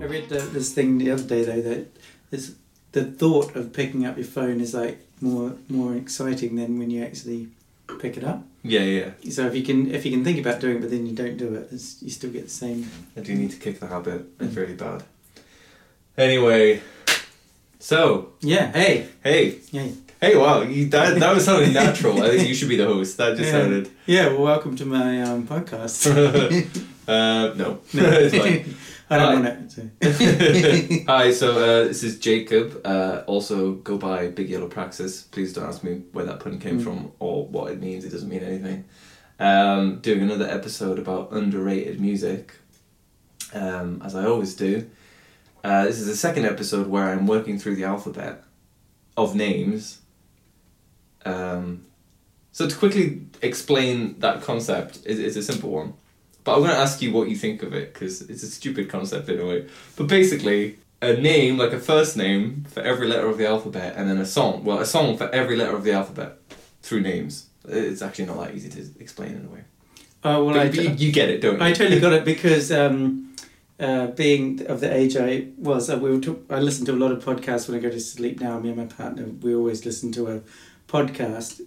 read the, this thing the other day though that this, the thought of picking up your phone is like more more exciting than when you actually pick it up. Yeah, yeah. So if you can if you can think about doing it but then you don't do it, it's, you still get the same. I do need to kick the habit. Mm. It's really bad. Anyway, so Yeah. Hey. hey, Yay. hey, wow, you, that that was sounding natural. I think you should be the host. That yeah. just sounded Yeah. Well, welcome to my um, podcast. uh, No. no, it's fine. I Hi. don't want it. So. Hi, so uh, this is Jacob. Uh, also, go by Big Yellow Praxis. Please don't ask me where that pun came from or what it means. It doesn't mean anything. Um, doing another episode about underrated music, um, as I always do. Uh, this is the second episode where I'm working through the alphabet of names. Um, so to quickly explain that concept, it's, it's a simple one. But I'm going to ask you what you think of it because it's a stupid concept in a way. But basically, a name, like a first name for every letter of the alphabet, and then a song. Well, a song for every letter of the alphabet through names. It's actually not that easy to explain in a way. Oh well, I. but you, you get it, don't you? I totally got it because um, uh, being of the age I was, uh, we were talk- I listen to a lot of podcasts when I go to sleep now. Me and my partner, we always listen to a podcast.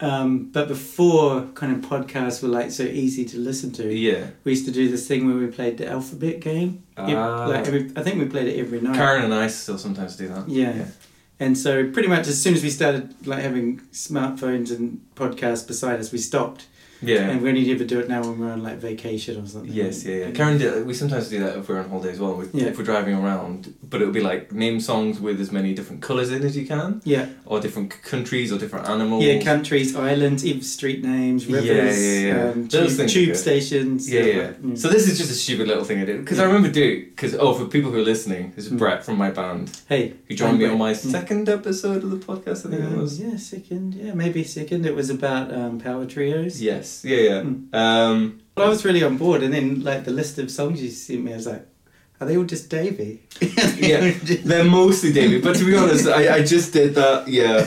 Um, but before kind of podcasts were like so easy to listen to, Yeah. we used to do this thing where we played the alphabet game. Ev- Ah. like every, I think we played it every night. Karen and I still sometimes do that. Yeah. Yeah. And so pretty much as soon as we started like having smartphones and podcasts beside us, we stopped. Yeah. And we only ever do it now when we're on like vacation or something. Yes, yeah, yeah. Karen, did, we sometimes do that if we're on holiday as well. We, Yeah. If we're driving around, but it'll be like name songs with as many different colours in as you can, Yeah. or different c- countries or different animals. Yeah, countries, islands, even street names, Yeah, rivers, yeah, yeah. Um, tube, Those things are tube good. stations. Yeah, yeah. like, mm. So this is just a stupid little thing I did because I remember doing because oh for people who are listening, this is Mm. Brett from my band hey, who joined me I'm on my Brett. Mm. second episode of the podcast. I think it Um, was. yeah, second. Yeah, maybe second. It was about um, power trios. Yes, yeah, yeah. Mm. Um, Well, I was really on board, and then like the list of songs you sent me, I was like, are they all just Davey? yeah, they're mostly David, but to be honest, I, I just did that yeah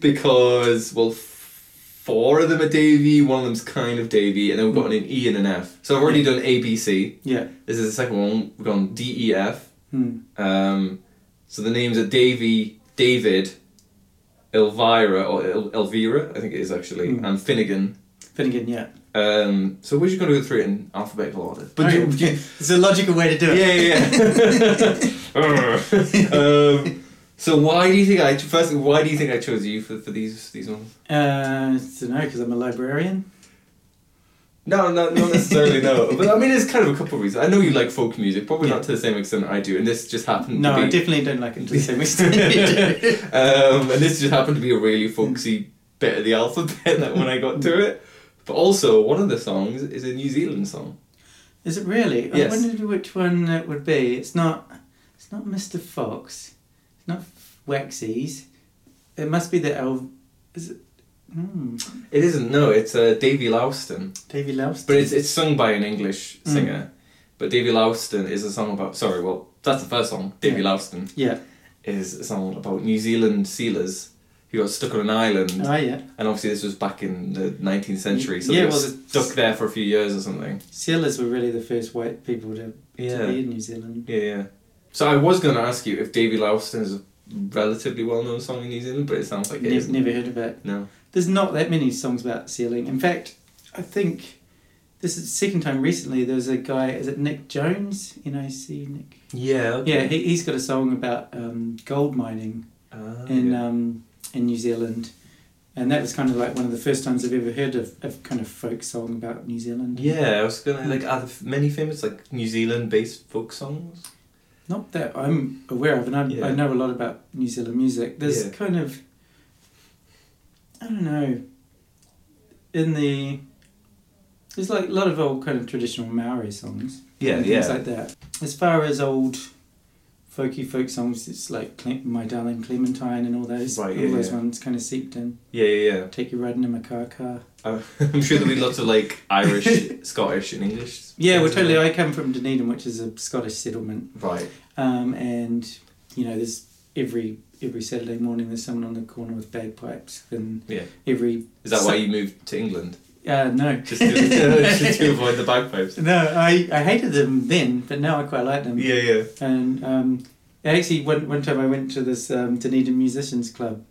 because well, f- four of them are Davy, one of them's kind of Davy, and then we've got an E and an F. So I've already done A B C. yeah. This is the second one. We've gone D E F. Hmm. Um, so the names are Davy, David, Elvira or El- Elvira, I think it is actually, Mm. and Finnegan. Finnegan. Yeah. Um, so we're just going to go through it in alphabetical order. But Okay. you, you- it's a logical way to do yeah, it. yeah, yeah. um, so why do you think I first? Why do you think I chose you for, for these these ones? Uh, I don't know because I'm a librarian. No, no, not necessarily. no, but I mean, there's kind of a couple of reasons. I know you like folk music, probably not to the same extent I do, and this just happened. No, to be... I definitely don't like it to the same extent. you do. um, and this just happened to be a really folksy bit of the alphabet that when I got to it. But also, one of the songs is a New Zealand song. Is it really? Yes. I wondered which one it would be. It's not. It's not Mr. Fox. It's not Waxies. It must be the elf. Is it? Hmm. It isn't. No, it's uh, Davy Louston, Davy Loves. but it's it's sung by an English Mm. singer. But Davy Louston is a song about. Sorry, well, that's the first song. Davy Yeah. Louston yeah. is a song about New Zealand sealers who got stuck on an island, Oh yeah. and obviously this was back in the nineteenth century, so Yeah, they were well, the- stuck there for a few years or something. Sailors were really the first white people to, to be in New Zealand. Yeah, yeah. So I was going to ask you if Davy Louston is a relatively well-known song in New Zealand, but it sounds like it Nev- isn't. never heard of it. No. There's not that many songs about sailing. In fact, I think this is the second time recently. There was a guy. Is it Nick Jones? N I C Nick. Yeah. Yeah, he, he's got a song about um, gold mining. Ah, in yeah. um, in New Zealand, and that was kind of like one of the first times I've ever heard of a kind of folk song about New Zealand. yeah, I was gonna like. Are there f- many famous like New Zealand-based folk songs? Not that I'm aware of, and I, Yeah. I know a lot about New Zealand music. There's Yeah. kind of I don't know in the there's like a lot of old kind of traditional Maori songs. and things like that. As far as old folky folk songs, it's like Cle- My Darling Clementine and all those Right, all yeah, those yeah. ones kind of seeped in. yeah, yeah, yeah. Take you riding in my car car. I'm I'm sure there'll be lots of like Irish, Scottish, and English. Yeah, well, songs, totally. I come from Dunedin, which is a Scottish settlement, Right. um, and you know, there's every every Saturday morning there's someone on the corner with bagpipes, and Yeah. every Is that So- why you moved to England? Uh, no. Just to, just to avoid the bagpipes. No, I, I hated them then, but now I quite like them. Yeah, yeah. And um, actually, one, one time I went to this um, Dunedin Musicians Club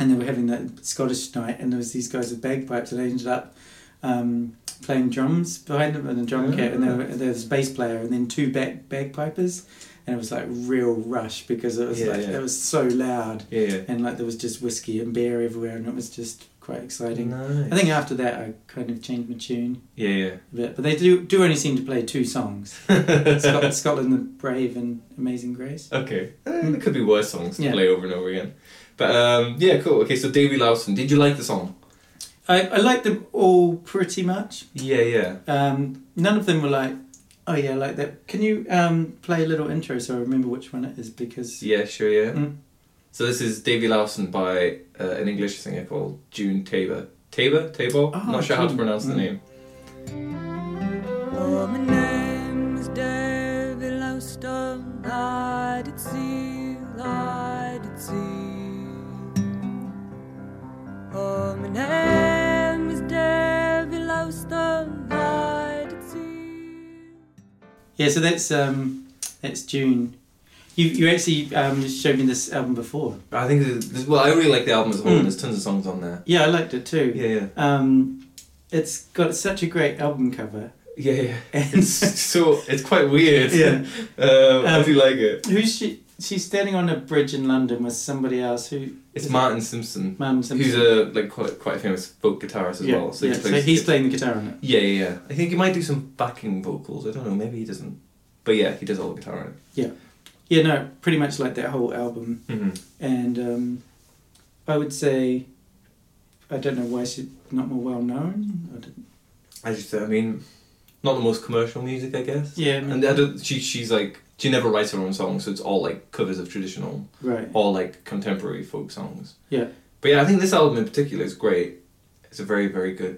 and they were having that Scottish night, and there was these guys with bagpipes, and they ended up um, playing drums behind them and a drum kit, and there, were, there was a bass player, and then two back bagpipers, and it was like real rush because it was Yeah, like yeah. it was so loud, Yeah, yeah. and like there was just whiskey and beer everywhere, and it was just quite exciting. Nice. I think after that, I kind of changed my tune Yeah, yeah. a bit, but they do do only seem to play two songs: Scotland, Scotland the Brave and Amazing Grace. Okay. Eh, there could be worse songs to Yeah. play over and over again. But um, yeah, cool. Okay, so Davy Lawson, did you like the song? I, I like them all pretty much. Yeah, yeah. Um, none of them were like, oh yeah, I like that. Can you um, play a little intro so I remember which one it is? Because Yeah, sure, yeah. Mm. So this is Davy Lawson by uh, an English singer called June Tabor. Tabor? Tabor? Oh, Not sure how to June. pronounce the Mm. name. Oh, my name is Davy Lowstone. I did see, I did see. Oh, my name is Davy Lowstone. I did see. yeah, so that's um, that's June. You you actually um, showed me this album before. I think this, this- well, I really like the album as a whole. Mm. There's tons of songs on there. Yeah, I liked it too. Yeah, yeah, Um, it's got such a great album cover. yeah, yeah. And It's so it's quite weird. Yeah. um, I Um, do like it. who's she? She's standing on a bridge in London with somebody else. Who? um, It's Martin Simpson, Man, something. who's a like quite quite a famous folk guitarist as yeah, well. So yeah, he so plays he's playing the guitar on it. Yeah, yeah, yeah. I think he might do some backing vocals. I don't know. Maybe he doesn't. But yeah, he does all the guitar in it. Yeah, no, pretty much like that whole album. Mm-hmm. and um, I would say I don't know why she's not more well known. I don't- I just, I mean, not the most commercial music, I guess. yeah, I mean- And I don't, she, she's like, she never writes her own songs, so it's all like covers of traditional right. or like contemporary folk songs. Yeah. But yeah, I think this album in particular is great. It's a very, very good.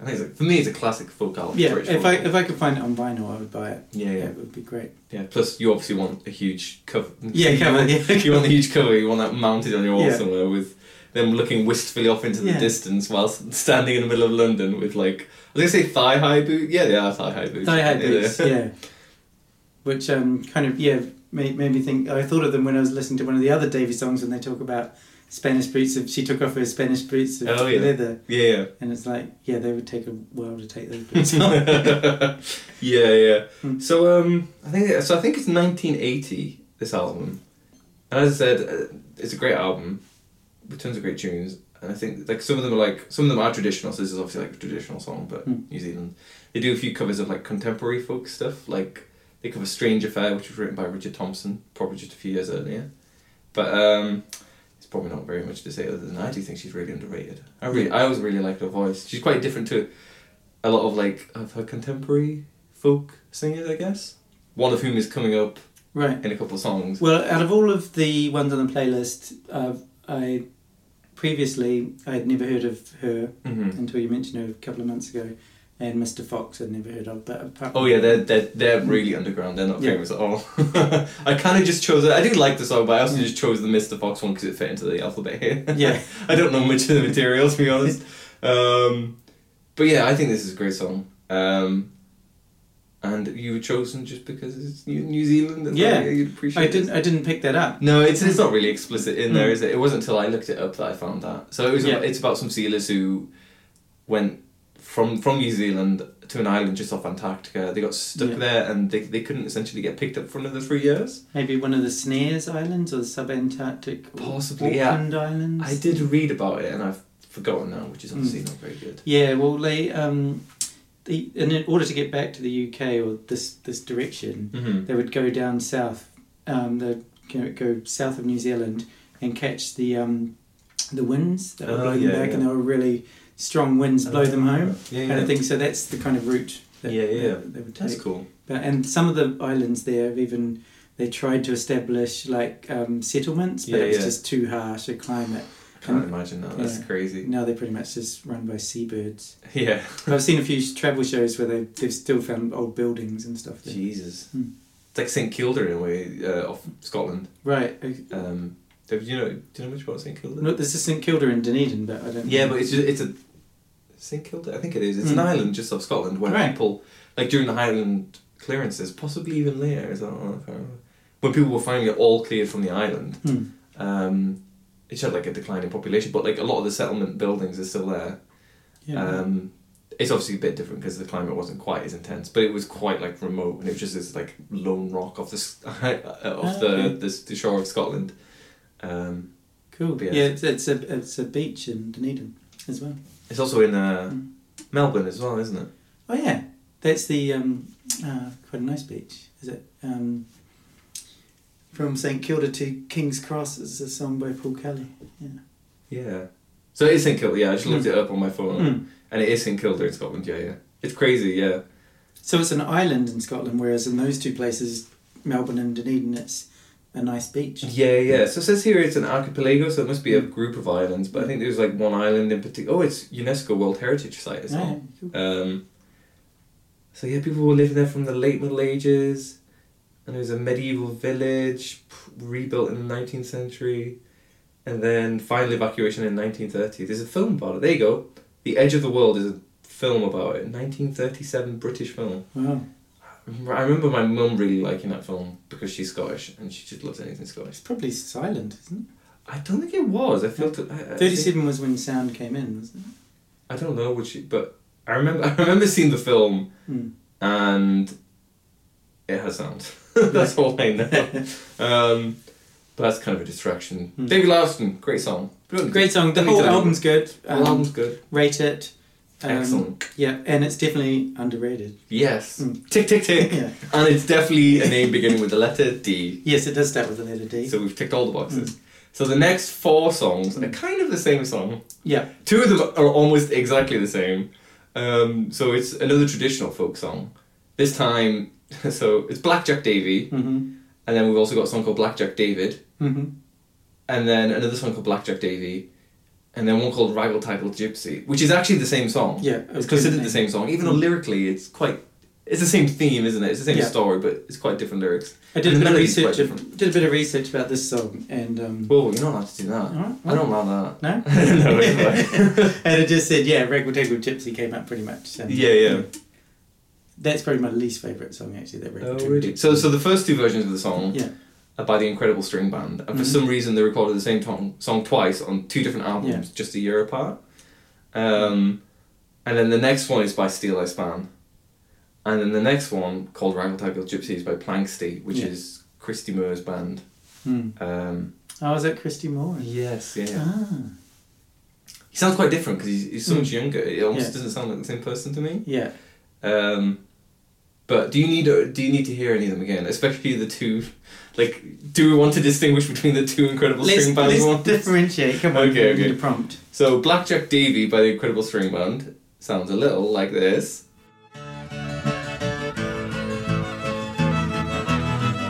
I think it's like, for me, it's a classic folk album. Yeah, British if folk I album. if I could find it on vinyl, I would buy it. yeah, yeah, That would be great. yeah. Plus, you obviously want a huge cover. Yeah, cover, yeah. you want the huge cover. You want that mounted on your wall Yeah. somewhere with them looking wistfully off into the Yeah. distance whilst standing in the middle of London with like, I was gonna say thigh high boots. Yeah, they are thigh high boots. Thigh high aren't they? boots, yeah. Which um kind of yeah made, made me think. I thought of them when I was listening to one of the other Davy songs when they talk about Spanish boots. If she took off her Spanish boots of Oh, yeah. leather, yeah. yeah. and it's like yeah, they would take a while to take those boots off. yeah, yeah. Hmm. So um, I think so. I think it's 1980. This album, and as I said, uh, it's a great album with tons of great tunes. And I think like some of them are like some of them are traditional. So this is obviously like a traditional song, but Hmm. New Zealand. They do a few covers of like contemporary folk stuff. Like they cover "Strange Affair," which was written by Richard Thompson, probably just a few years earlier. But um, it's probably not very much to say other than I do think she's really underrated. I really, I always really liked her voice. She's quite different to a lot of like of her contemporary folk singers, I guess. One of whom is coming up right. in a couple of songs. Well, out of all of the ones on the playlist, uh, I previously I'd never heard of her Mm-hmm. until you mentioned her a couple of months ago, and Mr. Fox I'd never heard of. But apart Oh yeah, they're they're they're really underground. They're not Yeah. famous at all. I kind of just chose. it. I do like the song, but I also Yeah. just chose the Mr. Fox one because it fit into the alphabet here. yeah, I don't know much of the material to be honest. Um, but yeah, I think this is a great song. Um, and you were chosen just because it's New, New Zealand. And Yeah. like, you'd appreciate I it. didn't I didn't pick that up. No, it's, it's not really explicit in there, Mm. is it? It wasn't until I looked it up that I found that. So it was. Yeah. It's about some sealers who went from from New Zealand to an island just off Antarctica. They got stuck Yeah. there and they, they couldn't essentially get picked up for another three years. Maybe one of the Snares Islands or the Subantarctic Possibly, yeah. Auckland Islands. I did read about it and I've forgotten now, which is Hmm. obviously not very good. Yeah, well they um, they, and in order to get back to the UK or this this direction, Mm-hmm. they would go down south. Um, they'd go, go south of New Zealand and catch the um, the winds that were Oh, blowing yeah, back, and yeah. Oh, they were really strong winds blow them home. Yeah, And I think so. That's the kind of route. That, Yeah, yeah. that they would that's take. cool. But, and some of the islands there have even they tried to establish like um, settlements, but Yeah, it was yeah. just too harsh a climate. Can't And imagine that. That's yeah. crazy. now they're pretty much just run by seabirds. Yeah. I've seen a few travel shows where they, they've still found old buildings and stuff. There. Jesus. Mm. It's like St Kilda in a way, uh, off Scotland. Right. okay. Um, do you know? Do you know much about St Kilda? Look, there's a St Kilda in Dunedin, but I don't. Yeah, know. but it's just, it's a St Kilda? I think it is. It's an island just off Scotland where Hmm. Right. people, like during the Highland clearances, possibly even later, is that on if I remember, when people were finally all cleared from the island, Hmm. um, it showed like a declining population, but like a lot of the settlement buildings are still there. Yeah. Um, it's obviously a bit different because the climate wasn't quite as intense, but it was quite like remote, and it was just this like lone rock off the s- uh, off the, Ah, Okay. the the shore of Scotland. Um, cool. yeah. Yeah, it's, it's a it's a beach in Dunedin as well. it's also in uh, Mm. Melbourne as well, isn't it? Oh yeah, that's the um, uh, quite a nice beach, is it? Um, from St Kilda to King's Cross is a song by Paul Kelly. Yeah. Yeah. So it is St Kilda. Yeah, I just looked it up on my phone, Mm. and it is St Kilda in Scotland. Yeah, yeah. It's crazy. Yeah. So it's an island in Scotland, whereas in those two places, Melbourne and Dunedin, it's a nice beach. Yeah, yeah. So it says here it's an archipelago, so it must be a group of islands. But I think there's like one island in particular. Oh, it's UNESCO World Heritage Site as well. Yeah, cool. Um, so yeah, people were living there from the late Middle Ages, and it was a medieval village p- rebuilt in the nineteenth century, and then final evacuation in nineteen thirty. There's a film about it. There you go. The Edge of the World is a film about it. Nineteen thirty-seven British film. Wow. I remember- I remember my mum really liking that film because she's Scottish and she just loves anything Scottish. It's probably silent, isn't I don't think it was. I felt it. I, I it? think- 37 was when sound came in, wasn't it? I don't know which, but I remember. I remember seeing the film Mm. and it has sound. that's all I know. um, but that's kind of a distraction. Hmm. David Larson, great song. Great song. The Let me whole tell you. album's good. The Um, album's good. Rate it. Um, Excellent. Yeah, and it's definitely underrated. Yes. Hmm. Tick tick tick. Yeah. And it's definitely a name beginning with the letter D. Yes, it does start with the letter D. So we've ticked all the boxes. Hmm. So the next four songs are kind of the same song. yeah. Two of them are almost exactly the same. Um, so it's another traditional folk song. This time, so it's Blackjack Davy, hmm and then we've also got a song called Blackjack David. hmm and then another song called Blackjack Davy, and then one called Raggle Title Gypsy, which is actually the same song. Yeah, it's okay. considered the same song, even though lyrically it's quite. It's the same theme, isn't it? It's the same Yeah. story, but it's quite different lyrics. I did And a the bit of melody's research. quite different. Did a bit of research about this song, and um, Whoa, you're not allowed to do that. Alright, I don't allow that. no, No, anyway. and it just said, yeah, Raggle Taggle Gypsy came out pretty much. So. Yeah, yeah. That's probably my least favourite song actually. That Oh, Raggle Taggle Gypsy. So, so the first two versions of the song Oh, yeah, are by the Incredible String Band, and for Mhm. some reason they recorded the same tong- song twice on two different albums, just a year apart. Um, and then the next one is by Steel I Span, and then the next one called Raggle Taggle Gypsy is by Planksty, which Yeah. is Christy Moore's band. Hmm. Um, oh, is that Christy Moore? yes, Ah, He sounds quite different because he's, he's so much younger. It almost Mm. Yeah. doesn't sound like the same person to me. yeah. Um, but do you need do you need to hear any of them again? Especially the two, like, do we want to distinguish between the two Incredible Let's, String Band let's ones? differentiate. Come on, Okay, we need okay. a prompt. So Blackjack Davy by the Incredible String Band sounds a little like this.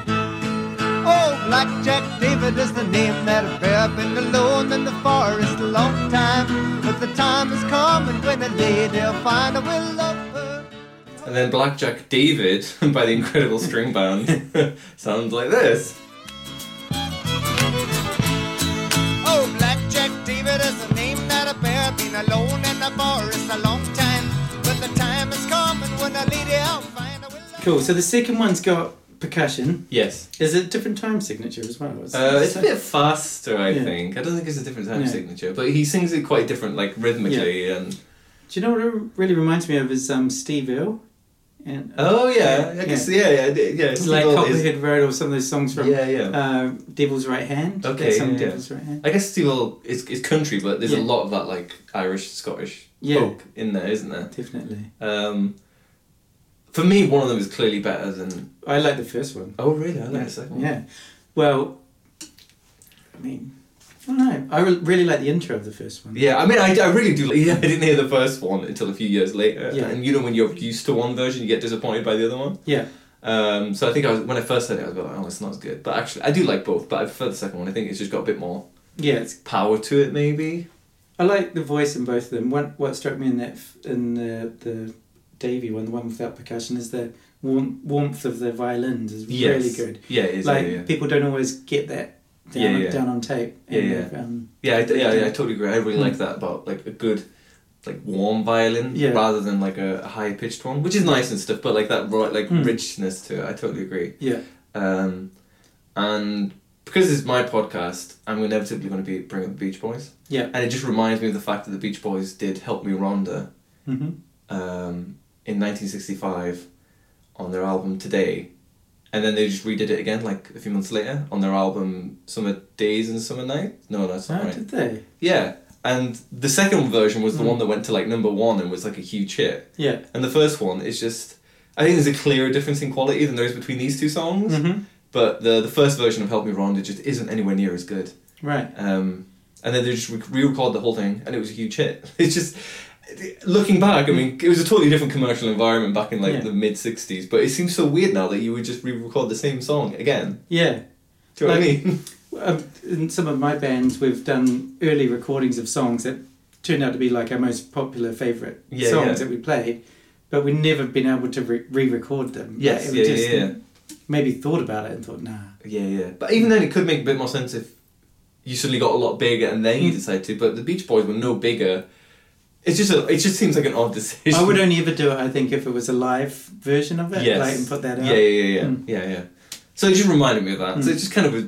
Oh, Blackjack David is the name that I've ever been alone in the forest a long time. But the time is coming when a lady will find I will love her. And then Blackjack David by the Incredible String Band sounds like this. Oh, Blackjack David is the name that I've ever been alone in the forest a long time. But the time is coming when a lady I'll find I will love Cool. So the second one's got percussion. Yes. Is it a different time signature as well? Is- Uh, it's a bit faster, I Yeah. think. I don't think it's a different time Yeah. signature, but he sings it quite different, like rhythmically and. Do you know what it really reminds me of is um, Steve Earle, and uh, Oh yeah, I guess yeah, yeah, yeah. yeah It's Steve like Earle is- Copperhead Road or some of those songs from Yeah, yeah. Uh, Devil's Right Hand. Okay, That song, yeah, yeah. Devil's Right Hand. I guess Steve Earle is, is country, but there's Yeah. a lot of that like Irish, Scottish Yeah. folk in there, isn't there? Definitely. Um, for me, one of them is clearly better than. I like the first one. Oh really? I like yeah. the second one. Yeah. Well, I mean, I don't know. I re- really like the intro of the first one. Yeah, I mean, I, I really do. Yeah, I didn't hear the first one until a few years later. Yeah. And you know, when you're used to one version, you get disappointed by the other one. Yeah. Um, so I think I was, when I first heard it, I was like, oh, it's not as good. But actually, I do like both, but I prefer the second one. I think it's just got a bit more Yeah, it's, power to it, maybe. I like the voice in both of them. What what struck me in that f- in the the Davy one, the one without percussion, is the warm, warmth of the violins is really Yes. good. Yeah, it is. like yeah, yeah. people don't always get that down, Yeah, yeah. down on tape. Yeah, And yeah. they've, Um, Yeah, I, yeah, yeah, I totally agree. I really like that about like a good like warm violin Yeah. rather than like a high pitched one, which is nice and stuff. But like that ro- like Hmm. richness to it, I totally agree. Yeah. Um, and because it's my podcast, I'm inevitably going to be bringing up the Beach Boys. Yeah. And it just reminds me of the fact that the Beach Boys did "Help Me, Rhonda" hmm um, in 1965 on their album Today, and then they just redid it again like a few months later on their album Summer Days and Summer Nights. No, that's not How right. did they? Yeah, and the second version was the Mm. one that went to like number one and was like a huge hit. Yeah. And the first one is just, I think there's a clearer difference in quality than there is between these two songs. hmm But the the first version of Help Me Rhonda just isn't anywhere near as good. Right. Um, and then they just re recorded the whole thing and it was a huge hit. It's just. Looking back, I mean, it was a totally different commercial environment back in like Yeah. the mid '60s, but it seems so weird now that you would just re-record the same song again. Yeah. Do you know what I Like- mean? Um, in some of my bands, we've done early recordings of songs that turned out to be like our most popular favorite Yeah, songs yeah. that we played, but we've never been able to re- re-record them. Yes, Like, yeah, we yeah, yeah. Maybe thought about it and thought, nah. Yeah, yeah. But even then, it could make a bit more sense if you suddenly got a lot bigger and then you decided to. But the Beach Boys were no bigger. It's just a, it just seems like an odd decision. I would only ever do it, I think, if it was a live version of it, Yes. like, and put that out. Yeah, yeah, yeah, yeah, Mm. yeah, yeah. So it just reminded me of that. So Mm. it's just kind of a,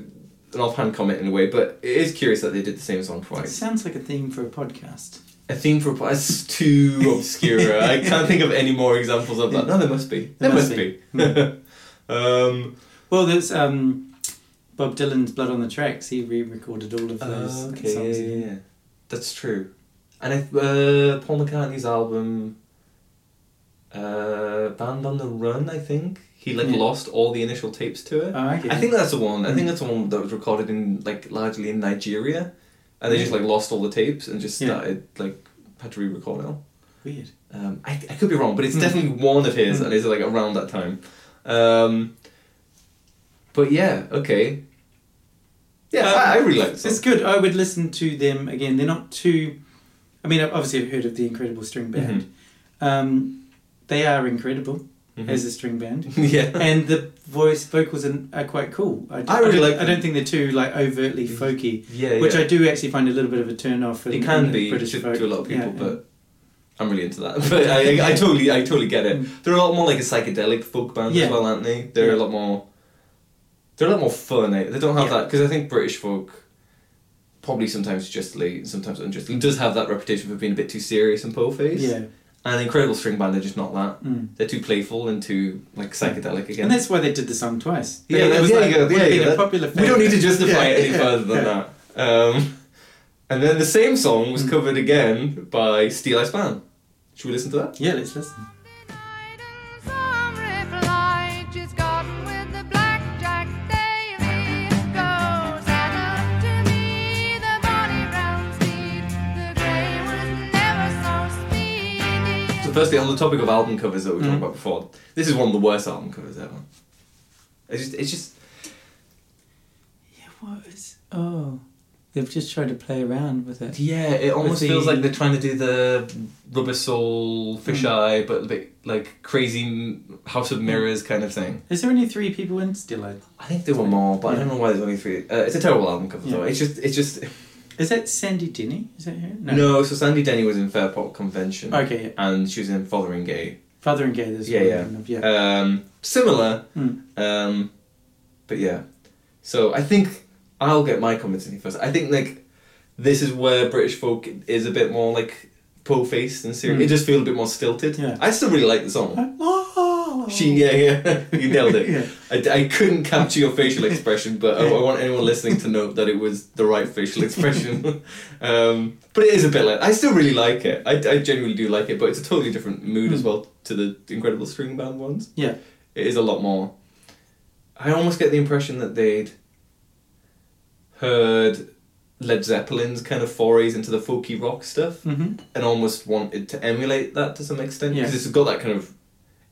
an offhand comment in a way. But it is curious that they did the same song It twice. sounds like a theme for a podcast. A theme for a po- it's too obscure. I can't think of any more examples of that. No, there must be. There, There must, must be. um, Well, there's um, Bob Dylan's "Blood on the Tracks." He re-recorded all of those Ah, okay, songs. yeah, again. Uh, yeah, yeah. That's true. And if uh, Paul McCartney's album, uh, Band on the Run, I think he like Yeah. lost all the initial tapes to it. Oh, okay. I think that's the one. I think that's the one that was recorded in like largely in Nigeria, and they just like lost all the tapes and just Yeah. started like had to re-record it. all. weird. Um, I, I could be wrong, but it's Hmm. definitely one of his, Hmm. and it's like around that time. Um, but yeah, okay. Yeah, Um, I, I really like this. It's good. I would listen to them again. They're not too. I mean, I've- obviously, I've heard of the Incredible String Mm-hmm. Band. Um, they are incredible Mm-hmm. as a string band, yeah. and the voice vocals are, are quite cool. I, I really don't- I like them. Mm-hmm. don't think they're too like overtly folky, Yeah, which yeah. I do actually find a little bit of a turn off. in- it can in be British to, folk. to a lot of people, Yeah, but I'm really into that. But I, I totally, I totally get it. Mm. They're a lot more like a psychedelic folk band as Yeah. well, aren't they? They're a Yeah. lot more. They're a lot more fun. Eh? They don't have Yeah. that because I think British folk, probably sometimes justly, sometimes unjustly, does have that reputation for being a bit too serious and po faced. yeah. And the Incredible String Band, they're just not that. Mm. They're too playful and too like psychedelic again. And that's why they did the song twice. Yeah, it that- was there like, you go, would there have you been go. a popular We don't need to favourite. justify Yeah, it any yeah, further than yeah. that. Um, and then the same song was Mm. covered again by Steel Ice Band. Should we listen to that? Yeah, let's listen. Some reply, she's gotten with the blackjack daily. Goes and up to me, the body round speed. The grey was never so speedy. So, firstly, on the topic of album covers that we talked Mm. about before, this is one of the worst album covers ever. It's just, it's just Yeah, what is. Oh. They've just tried to play around with it. yeah, it almost the- feels like they're trying to do the rubber soul fisheye, but a bit like crazy m- House of Mirrors kind of thing. Is there only three people in Still Life? I think there were more, but I don't know why there's only three. Uh, it's a terrible album cover though. Yeah. It's just, it's just. Is that Sandy Denny? Is that her? No. so Sandy Denny was in Fairport Convention. Okay, yeah. And she was in Fotheringay. Father and Gay, there's Yeah, one yeah. of them, yeah. Um, similar, Mm. um, but yeah. So I think I'll get my comments in here first. I think like this is where British folk is a bit more like po faced and serious. Mm. It just feels a bit more stilted. Yeah. I still really like the song. Oh. She, yeah, yeah, you nailed it. Yeah. I, I couldn't capture your facial expression, but I, I want anyone listening to note that it was the right facial expression. um, but it is a bit like, I still really like it. I, I genuinely do like it, but it's a totally different mood as well to the Incredible String Band ones. Yeah. It is a lot more. I almost get the impression that they'd heard Led Zeppelin's kind of forays into the folky rock stuff Mm-hmm. and almost wanted to emulate that to some extent Yeah. because it's got that kind of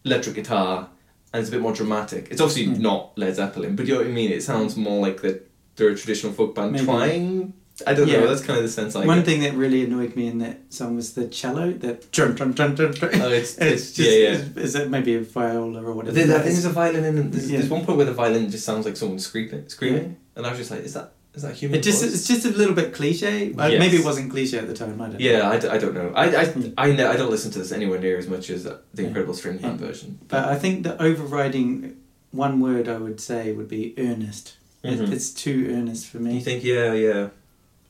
electric guitar and it's a bit more dramatic. It's obviously Mm. not Led Zeppelin, but you know what I mean. It sounds more like that they're a traditional folk band Maybe. trying. I don't Yeah. know. That's kind of the sense I One get. thing that really annoyed me in that song was the cello, that drum, drum, drum, drum, drum. Oh, it's, it's, just, yeah, yeah. Is, is it maybe a viola or whatever? There- there- I that think is? there's a violin in. There's, Yeah. there's one point where the violin just sounds like someone screaming, screaming, and I was just like, "Is that Is that human? It just voice? it's just a little bit cliche. Uh, Yes. Maybe it wasn't cliche at the time. I don't. know. Yeah, I, d- I don't know. I, I, I, know, I don't listen to this anywhere near as much as the Incredible Stringham Hmm. Yeah. Hmm. version. But I think the overriding one word I would say would be earnest. It- Mhm. it's too earnest for me. You think, yeah, yeah.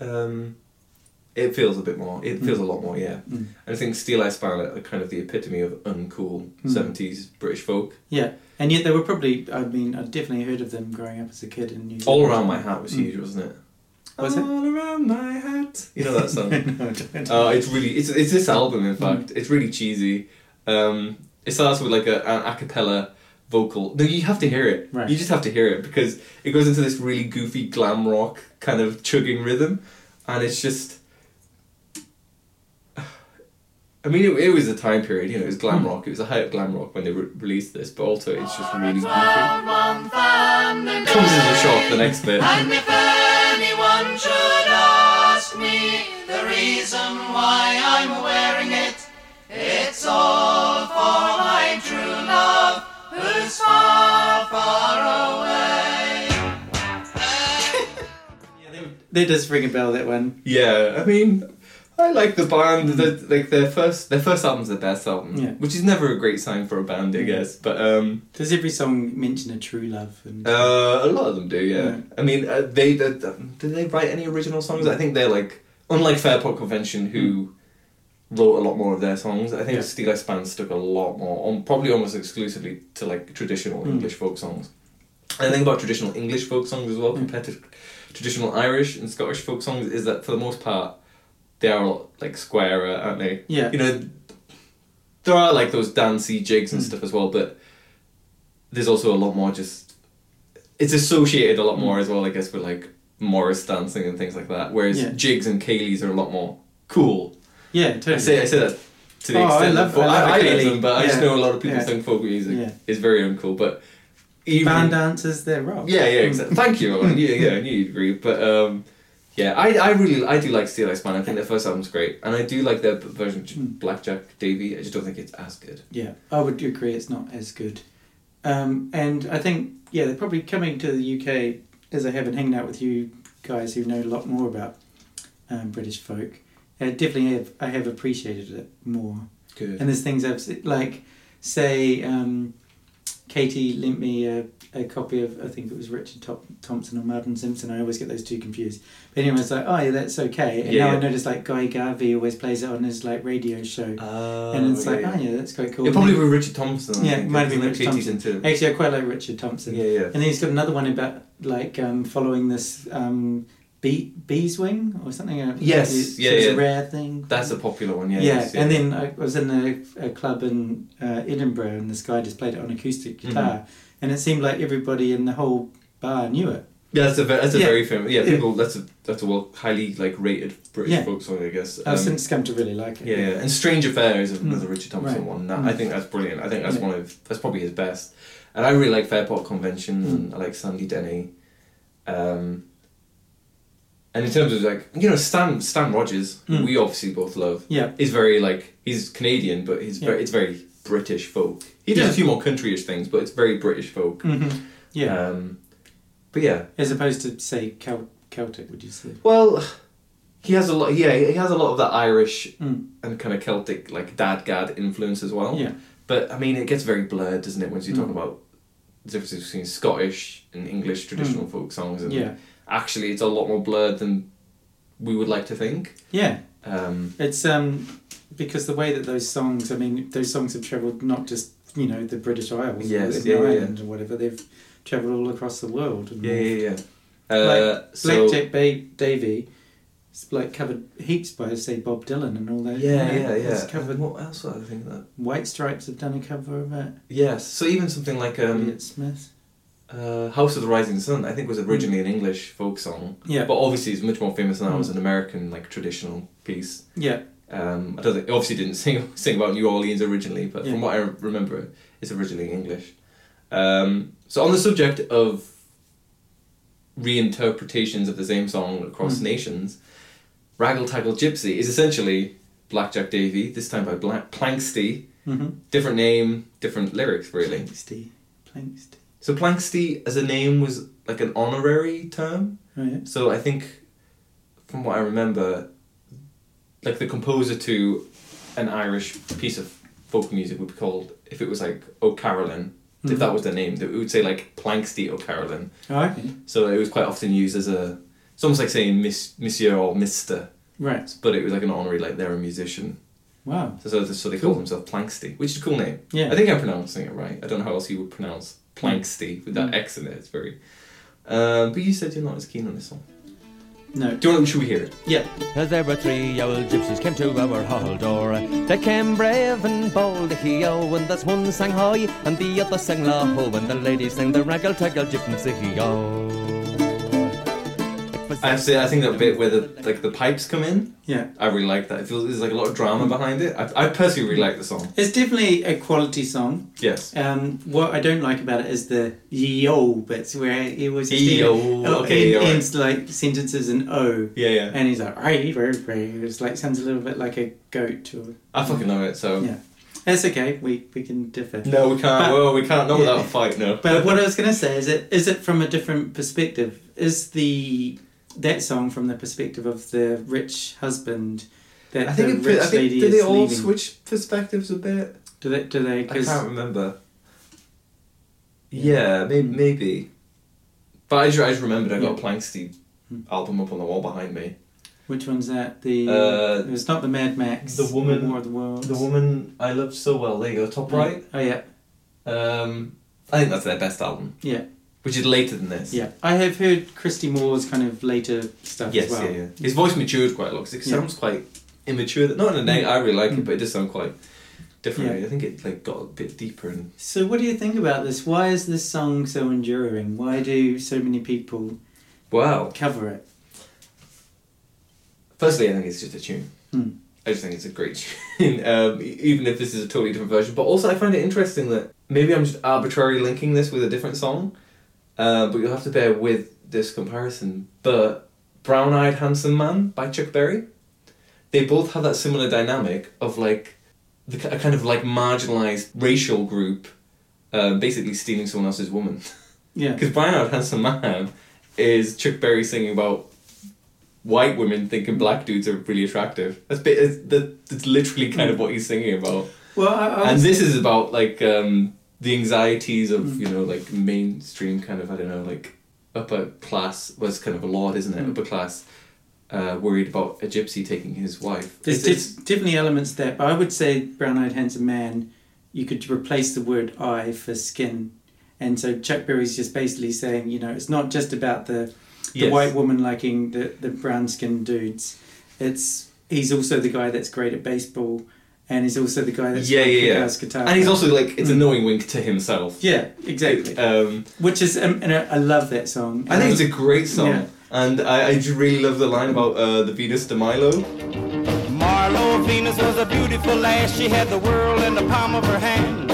Um, it feels a bit more. It feels a lot more, yeah. Mm. I think Steel Eye Scarlet are kind of the epitome of uncool Mm. 70s British folk. Yeah, and yet they were probably. I mean, I definitely heard of them growing up as a kid in New Zealand. All Around My Hat was Mm. huge, wasn't it? Was it? All Around My Hat. You know that song? no, I don't. Oh, it's really it's it's this album. In fact, it's really cheesy. Um, it starts with like a, an a cappella vocal. No, you have to hear it. Right. You just have to hear it because it goes into this really goofy glam rock kind of chugging rhythm, and it's just. I mean, it, it was a time period. You know, it was glam rock. It was a height of glam rock when they re- released this, but also it's just really goofy. Comes as a shock the next bit. That does ring a bell. That one. Yeah, I mean, I like the band. The, like their first, their first album's the best album, Yeah. which is never a great sign for a band, I guess. But um, Does every song mention a true love? And uh, a lot of them do. Yeah, Yeah. I mean, uh, they, they did they write any original songs? I think they're like unlike Fairport Convention, who wrote a lot more of their songs. I think Hmm. Yeah. Steel Ice Band stuck a lot more on probably almost exclusively to like traditional Hmm. English folk songs. And the thing about traditional English folk songs as well Hmm. compared to traditional Irish and Scottish folk songs is that for the most part they are a lot like squarer, aren't they? Yeah. You know, there are like those dancey jigs Hmm. and stuff as well, but there's also a lot more just. It's associated a lot Mm. more as well, I guess, with like Morris dancing and things like that. Whereas Yeah. jigs and Kayleys are a lot more cool. yeah, totally. I say I say that to the Oh, I extent love- that I love I, I love Kaylee. them, but I just Yeah. know a lot of people Yeah. think folk music Yeah. is very uncool. But even Band Mm. dancers, they're rock. yeah, yeah, exactly. Thank you. Owen. Yeah, yeah, I knew you'd agree. But um, yeah, I, I really, I do like Steel Ice Man. I think their first album's great, and I do like their b- version of J- Mm. Blackjack Davy. I just don't think it's as good. Yeah, I would agree. It's not as good, um, and I think yeah, they're probably coming to the UK as I have been hanging out with you guys who know a lot more about um, British folk. I definitely have I have appreciated it more. Good. And there's things I've se- like, say, um, Katie lent me a, a copy of I think it was Richard Top, Thompson or Marvin Simpson. I always get those two confused. But anyway, it's like, oh yeah, that's okay. And Yeah, now yeah. I notice like Guy Garvey always plays it on his like radio show, Uh, and it's like, oh yeah, that's quite cool. it And probably then- were Richard Thompson. I yeah, think, it might have been because Richard Katie's Thompson. Into, Actually, I quite like Richard Thompson. yeah, yeah. And then he's got another one about like um, following this um, bee bees wing or something. uh, Yes, it's- yeah, it's yeah. a rare thing. That's a popular one. Yeah. Yeah, yes, and then I was in a, a club in uh, Edinburgh, and this guy just played it on acoustic Mm-hmm. guitar, and it seemed like everybody in the whole bar knew it. yeah, that's a ve- that's a Yeah. very famous. Yeah, Yeah. people. That's a that's a well highly like rated British Yeah. folk song, I guess. I've Um, since come to really like it. Yeah, yeah. and Strange Affair is another Mm. Richard Thompson Right. one. That, Mm. I think that's brilliant. I think that's Yeah. one of that's probably his best. And I really like Fairport Convention Mm. and I like Sandy Denny. Um, and in terms of like you know Stan Stan Rogers, who Mm. we obviously both love, Yeah. is very like he's Canadian, but he's Yeah. very it's very British folk. He does a Yeah. few more countryish things, but it's very British folk. Mhm. yeah. Um, but yeah, As opposed to say Cel- Celtic, would you say? well, he has a lot. Yeah, he has a lot of that Irish Mm. and kind of Celtic, like dadgad influence as well. Yeah. Mm. But I mean, it gets very blurred, doesn't it, once you talk about the differences between Scottish and English traditional folk songs? And Mm. Yeah. Actually, it's a lot more blurred than we would like to think. Yeah, Um, it's um because the way that those songs, I mean, those songs have travelled not just you know the British Isles, Yes, in yeah, yeah, yeah. Ireland or whatever. They've travelled all across the world. And yeah, yeah, yeah. like Uh, Black so, Jack ba- Davy, it's like covered heaps by say Bob Dylan and all those. yeah, you know, yeah, yeah. It's covered. And what else was I thinking that? White Stripes have done a cover of it. Yes. So even something like um, Elliott Smith. uh, "House of the Rising Sun," I think was originally an English folk song. Yeah. But obviously, it's much more famous now as Mm. an American like traditional piece. Yeah, Um, I don't think obviously didn't sing sing about New Orleans originally, but Yeah. from what I remember, it's originally English. Um, so on the subject of reinterpretations of the same song across nations, Raggle Taggle Gypsy is essentially Blackjack Davy, this time by Bla- Planksty, mm-hmm. different name, different lyrics really. Planksty, Planksty. So Planksty as a name was like an honorary term. Right. So I think, from what I remember, like the composer to an Irish piece of folk music would be called if it was like O'Carolyn. If that was the name, it would say like Planksty O'Carolyn. Oh, okay. So it was quite often used as a. It's almost like saying Miss, Monsieur or Mister, Right. but it was like an honorary, like they're a musician. Wow. So, so, so they called themselves Planksty, which is a cool name. Yeah. I think I'm pronouncing it right. I don't know how else you would pronounce Planksty with Mm. that X in it. It's very. Um, but you said you're not as keen on this song. No. Do you want? Should we hear it? Yeah. Cause there were three old gypsies came to our hall door. They came brave and bold, hee-oh, and this one sang high, and the other sang low, and the lady sang the raggle-taggle gypsy, oh. hee-oh. I have to say, I think that bit where the like the pipes come in, Yeah. I really like that. It feels there's like a lot of drama Mm. behind it. I, I personally really like the song. It's definitely a quality song. Yes. Um, what I don't like about it is the yo bits where it was just Yo, even- oh, E okay, in, alright. ends like sentences in o, Yeah, yeah. and he's like right, right, right. It's like sounds a little bit like a goat or I fucking love it. So yeah. That's okay. We we can differ. Um. no, we can't. But- well, we can't. Not Yeah. without a fight. No. But what I was going to say is it is it from a different perspective? Is the that song from the perspective of the rich husband that I think the it, rich I think lady did they is all leaving? switch perspectives a bit? Do they? Do they? I 'cause- can't remember. Yeah, maybe. maybe. But I just, I just remembered I got a Planksty album up on the wall behind me. which one's that? The Uh, it's not the Mad Max. the woman- War of the Worlds. woman I loved so well. There you go, top Oh yeah, Um, Hmm. I think that's their best album, yeah, which is later than this. yeah. I have heard Christy Moore's kind of later stuff Yes, as well. yeah, yeah. His voice matured quite a lot because it Yeah. sounds quite immature. Not in a neg. I really like it, Mm. but it does sound quite different. Yeah. I think it like got a bit deeper and So what do you think about this? Why is this song so enduring? Why do so many people wow. cover it? Firstly, I think it's just a tune. Hmm. I just think it's a great tune, um, e- even if this is a totally different version. But also, I find it interesting that maybe I'm just arbitrarily linking this with a different song, uh, but you'll have to bear with this comparison. But Brown Eyed Handsome Man by Chuck Berry, they both have that similar dynamic of like the, ki- a kind of like marginalized racial group uh, basically stealing someone else's woman. Yeah, Because Brian Out Handsome Man is Chuck Berry singing about white women thinking black dudes are really attractive. That's bit, it's, that, that's literally kind of what he's singing about. well, I, I And was- this is about like um, the anxieties of you know like mainstream kind of I don't know like upper class was kind of a lot, isn't it? Upper class. Uh, worried about a gypsy taking his wife. There's It's- it's- def- definitely elements there, but I would say brown eyed handsome man, you could replace the word eye for skin. And so Chuck Berry's just basically saying, you know, it's not just about the, the Yes. white woman liking the, the brown skinned dudes. It's he's also the guy that's great at baseball and he's also the guy that's yeah, great yeah, at yeah. jazz guitar. And he's also like, it's a knowing wink to himself. Yeah, exactly. Um, Which is um, and I I love that song. I think it's a great song, Yeah. and I, I just really love the line about uh, the Venus de Milo. Marlo Venus was a beautiful lass. She had the world in the palm of her hand.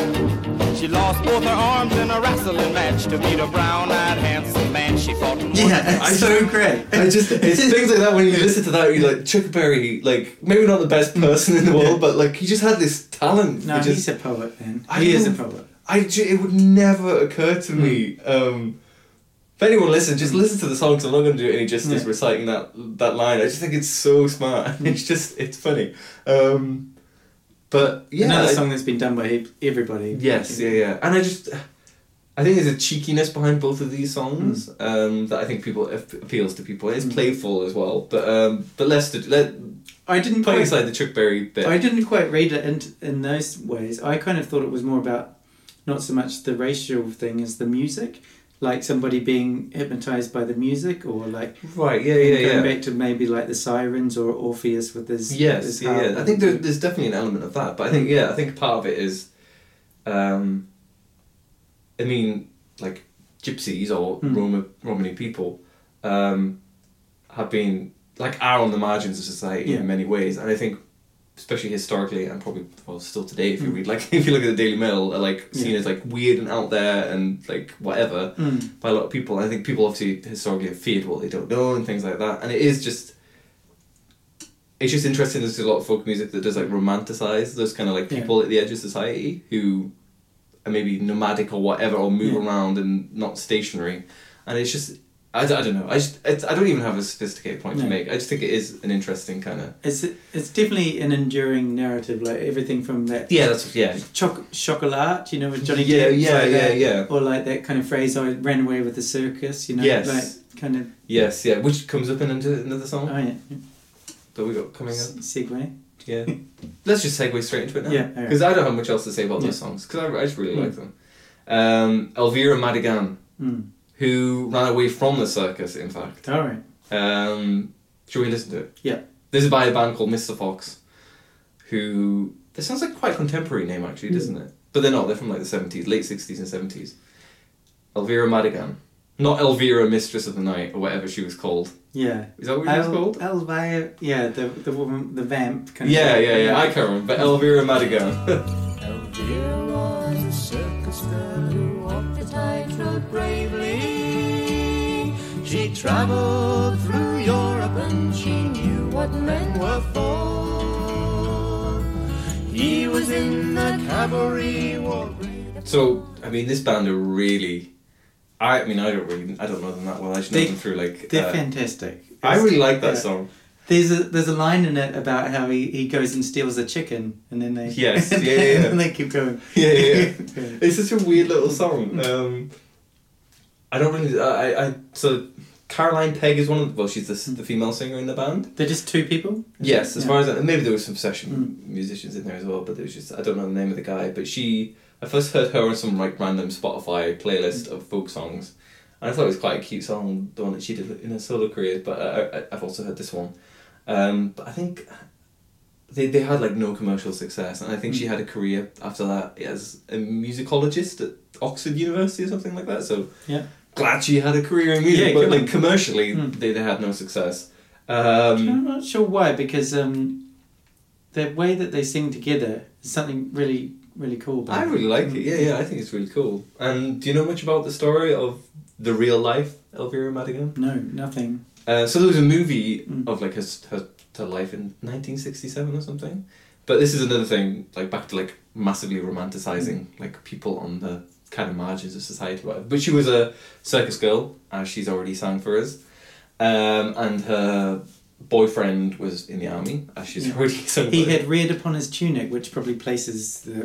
She lost both her arms in a wrestling match to beat a brown-eyed handsome man. She fought and won. yeah, it's I- so great. I just it's things like that when you listen to that, you're like Chuck Berry, like maybe not the best person in the world, but like he just had this talent. No, which is- he's a poet, man. I He is a know. poet. I ju- it would never occur to me. Um, if anyone listen, just listen to the song. Cause I'm not going to do it any justice Yeah. reciting that that line. I just think it's so smart. It's just it's funny. Um, but yeah, Another I- song that's been done by he- everybody. Yes, yeah, yeah. And I just, I think there's a cheekiness behind both of these songs um, that I think people it appeals to people. It's playful as well, but um, but let's do, let I didn't putting quite aside the Chuck Berry bit. I didn't quite read it in, in those ways. I kind of thought it was more about not so much the racial thing as the music, like somebody being hypnotized by the music, or like right, yeah, yeah, yeah. going back to maybe like the sirens or Orpheus with his Yes, his yeah, harp. yeah. I think there, there's definitely an element of that, but I think yeah, I think part of it is, um, I mean, like gypsies or Hmm. Roma Romany people, um, have been like are on the margins of society Yeah. in many ways, and I think especially historically and probably well still today if you read like if you look at the Daily Mail are like seen Yeah. as like weird and out there and like whatever Mm. by a lot of people. I think people obviously historically have feared what they don't know and things like that, and it is just it's just interesting. There's a lot of folk music that does like romanticize those kind of like Yeah. people at the edge of society who are maybe nomadic or whatever or move Yeah. around and not stationary, and it's just I, d- I don't know. I just it's, I don't even have a sophisticated point to No. make. I just think it is an interesting kind of It's it's definitely an enduring narrative, like everything from that yeah. That's yeah. choc- chocolate, you know, with Johnny Yeah, Depp. yeah, like yeah, that. yeah. Or like that kind of phrase, I ran away with the circus, you know, Yes. like kind of, Yes, yeah. Which comes up in another another song oh yeah, that we got coming up. S- segue. Yeah. Let's just segue straight into it now. Yeah, alright. Because I don't have much else to say about those songs, because I, I just really like them. Um, Elvira Madigan, Mm. who ran away from the circus, in fact. All right. Um, should we listen to it? Yeah. This is by a band called Mr. Fox, who. This sounds like quite a contemporary name, actually, doesn't it? But they're not, they're from like the 70s, late 60s and 70s. Elvira Madigan. Not Elvira, Mistress of the Night, or whatever she was called. Yeah. Is that what she was called? Elvira, yeah, the the woman, the vamp. Kind Yeah, of yeah, yeah, I can't remember. But Elvira Madigan. Elvira was a circus girl who walked the tightrope bravely. She traveled through Europe and she knew what men were for. He was in the cavalry war. So I mean, this band are really. I, I mean, I don't really, I don't know them that well. I just know They- them through like. They're uh, fantastic. I It's- really like that yeah. song. There's a there's a line in it about how he, he goes and steals a chicken and then they Yes, and yeah, yeah, yeah. and they keep going Yeah, yeah. yeah. it's such a weird little Mm. song. Um, I don't really. I, I so Caroline Pegg is one of the, well, she's the, Mm. s- the female singer in the band. They're just two people. Yes, as Yeah. Hmm. far as I, maybe there was some session musicians in there as well, but there was just I don't know the name of the guy. But she, I first heard her on some like random Spotify playlist of folk songs, and I thought it was quite a cute song, the one that she did in her solo career. But I, I, I've also heard this one. Um, but I think they they had like no commercial success, and I think Hmm. she had a career after that as a musicologist at Oxford University or something like that. So Yeah. glad she had a career in music, Yeah, but come like on. commercially, Mm. they, they had no success. Um, I'm not sure why because um, the way that they sing together is something really really cool. about I it. really like it. Yeah, yeah, I think it's really cool. And do you know much about the story of the real life Elvira Madigan? No, nothing. Uh, so there was a movie Mm. of like her, s- her, her life in 1967 or something. But this is another thing, like back to like massively romanticizing Mm. like people on the kind of margins of society. Whatever. But she was a circus girl, as she's already sang for us. Um, and her boyfriend was in the army, as she's Mm. Yeah. already sung. He for. had reared upon his tunic, which probably places the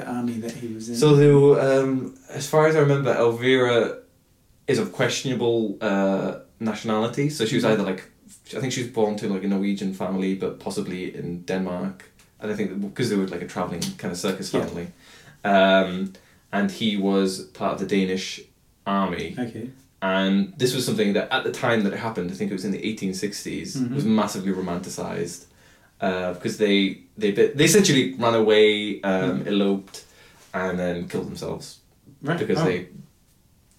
the army that he was in. So they were, um, as far as I remember, Elvira is of questionable uh, nationality. So she was either like, I think she was born to like a Norwegian family, but possibly in Denmark. And I think because they were like a traveling kind of circus Yeah. family, um, and he was part of the Danish army. okay, And this was something that at the time that it happened, I think it was in the 1860s, Mm-hmm. was massively romanticized uh, because they they bit, they essentially ran away, um, eloped, and then killed themselves Mm-hmm. right? because oh, they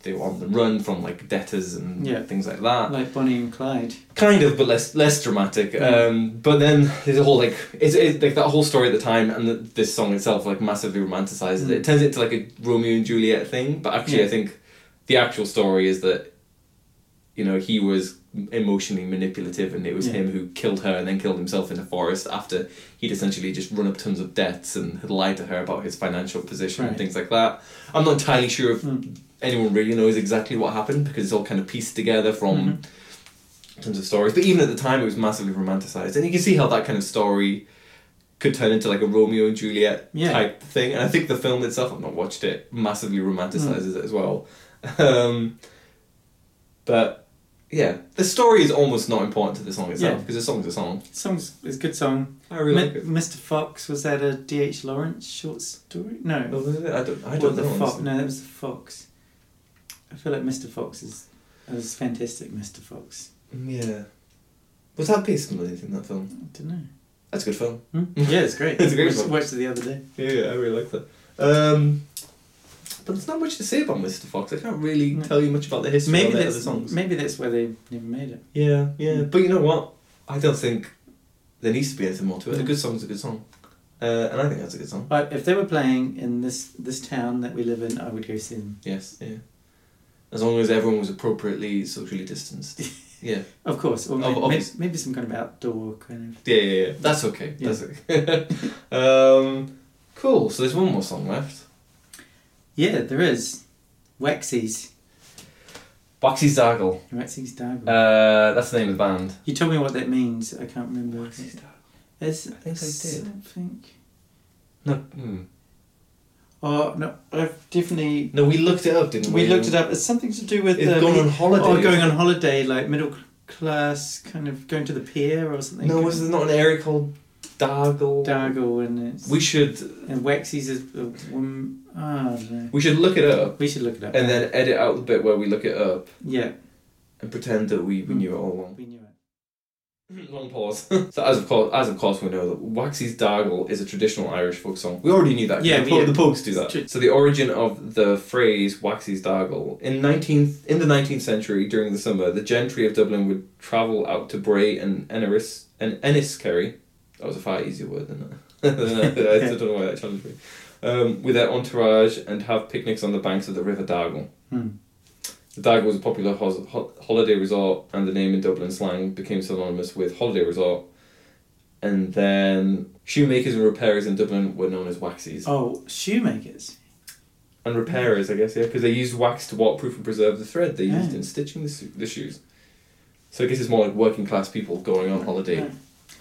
they were on the run from like debtors and Yeah. things like that. like Bonnie and Clyde. kind of, but less less dramatic. Mm. Um, but then there's a whole like it's, it's like that whole story at the time, and the, this song itself like massively romanticizes it. It turns it into like a Romeo and Juliet thing, but actually I Mm. Yeah. think the actual story is that you know he was emotionally manipulative and it was Yeah. him who killed her and then killed himself in the forest after he'd essentially just run up tons of debts and had lied to her about his financial position and Right. Mm. things like that i'm not entirely sure if anyone really knows exactly what happened because it's all kind of pieced together from Mm-hmm. in terms of stories. But even at the time, it was massively romanticized, and you can see how that kind of story could turn into like a Romeo and Juliet Yeah. type thing. And I think the film itself, I've not watched it, massively Mm. romanticizes it as well. Um, but yeah, the story is almost not important to the song itself Yeah. because the song's a song. Song's it's a good song. I really Mi- like it. Mr. Fox was that a D.H. Lawrence short story? No, Oh, was it? I don't. I Well, don't the know. fox. honestly. No, that was the fox. I feel like Mr. Fox is. That was fantastic, Mr. Fox. Mm, Yeah. Was that based on anything? That I film. don't know. That's a good film. Hmm? Yeah, it's great. It's a great Watched- one. Watched it the other day. Yeah, I really like that. Um, but there's not much to say about Mr. Fox. I can't really No. tell you much about the history maybe of the other that's Hmm. songs. maybe that's why they never made it. Yeah, yeah. But you know what? I don't think there needs to be anything more to it. A No. good song's a good song. Uh, and I think that's a good song. But if they were playing in this this town that we live in, I would go see them. Yes, yeah. As long as everyone was appropriately socially distanced. Yeah. Of course, or Of- maybe, maybe, obvious- some kind of outdoor kind of. Yeah, yeah, yeah. That's okay. Yeah. That's okay. um, cool. So there's one more song left. Yeah, there is, Waxies. Boxy Zargle. Rexy's Diver. Uh, that's the name of the band. you told me what that means. I can't remember. It's I think I did. something. No, hmm. Oh no, I've definitely. no, we looked it up, didn't we? We looked it up. It's something to do with It's uh, gone me- on holiday. Or going on holiday, like middle cl- class, kind of going to the pier or something. No, was there not an area called Dargle? Dargle and it's We should and Wexy's is a woman. Ah, I don't know. we should look it up we should look it up. and then edit out the bit where we look it up yeah, and pretend that we, we knew it all along. we knew it. Long pause. so as of course, as of course, we know that Waxy's Dargle is a traditional Irish folk song. We already knew that. 'cause Yeah, the, we po- did. the Pogues do It's true. that. So the origin of the phrase Waxy's Dargle in nineteenth in the nineteenth century during the summer, the gentry of Dublin would travel out to Bray and Ennis and Enniskerry. That was a far easier word than that. I don't know why that challenged me. Um, with their entourage and have picnics on the banks of the River Dargle. Hmm. The Dag was a popular hos- ho- holiday resort, and the name in Dublin slang became synonymous with holiday resort. And then shoemakers and repairers in Dublin were known as waxies. Oh, shoemakers. And repairers, I guess, yeah, because they used wax to waterproof and preserve the thread they used Yeah. in stitching the, su- the shoes. So I guess it's more like working class people going on holiday. Yeah.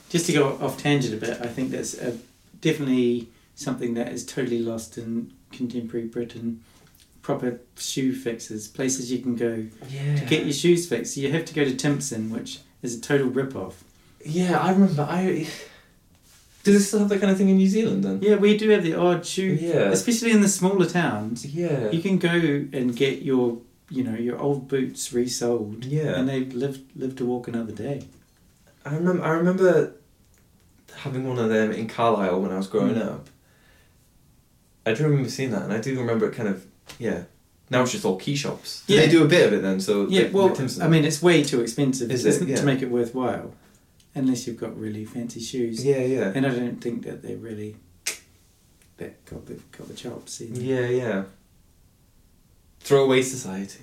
Just to go off tangent a bit, I think that's uh definitely something that is totally lost in contemporary Britain. Proper shoe fixes, places you can go Yeah. to get your shoes fixed. You have to go to Timpson, which is a total rip-off. yeah, I remember. I Does it still have that kind of thing in New Zealand then? Yeah, we do have the odd shoe, Yeah. especially in the smaller towns. Yeah. You can go and get your, you know, your old boots resold. Yeah. and they live live to walk another day. I remember I remember having one of them in Carlisle when I was growing Hmm. up. I do remember seeing that, and I do remember it kind of yeah. Now it's just all key shops. Yeah. Yeah. They do a bit of it then, so Yeah, the- the well, Timson- I mean, it's way too expensive Is isn't it? it, Yeah. to make it worthwhile, unless you've got really fancy shoes. yeah, yeah, And I don't think that they really that got the got the chops. either. yeah, yeah. Throwaway society.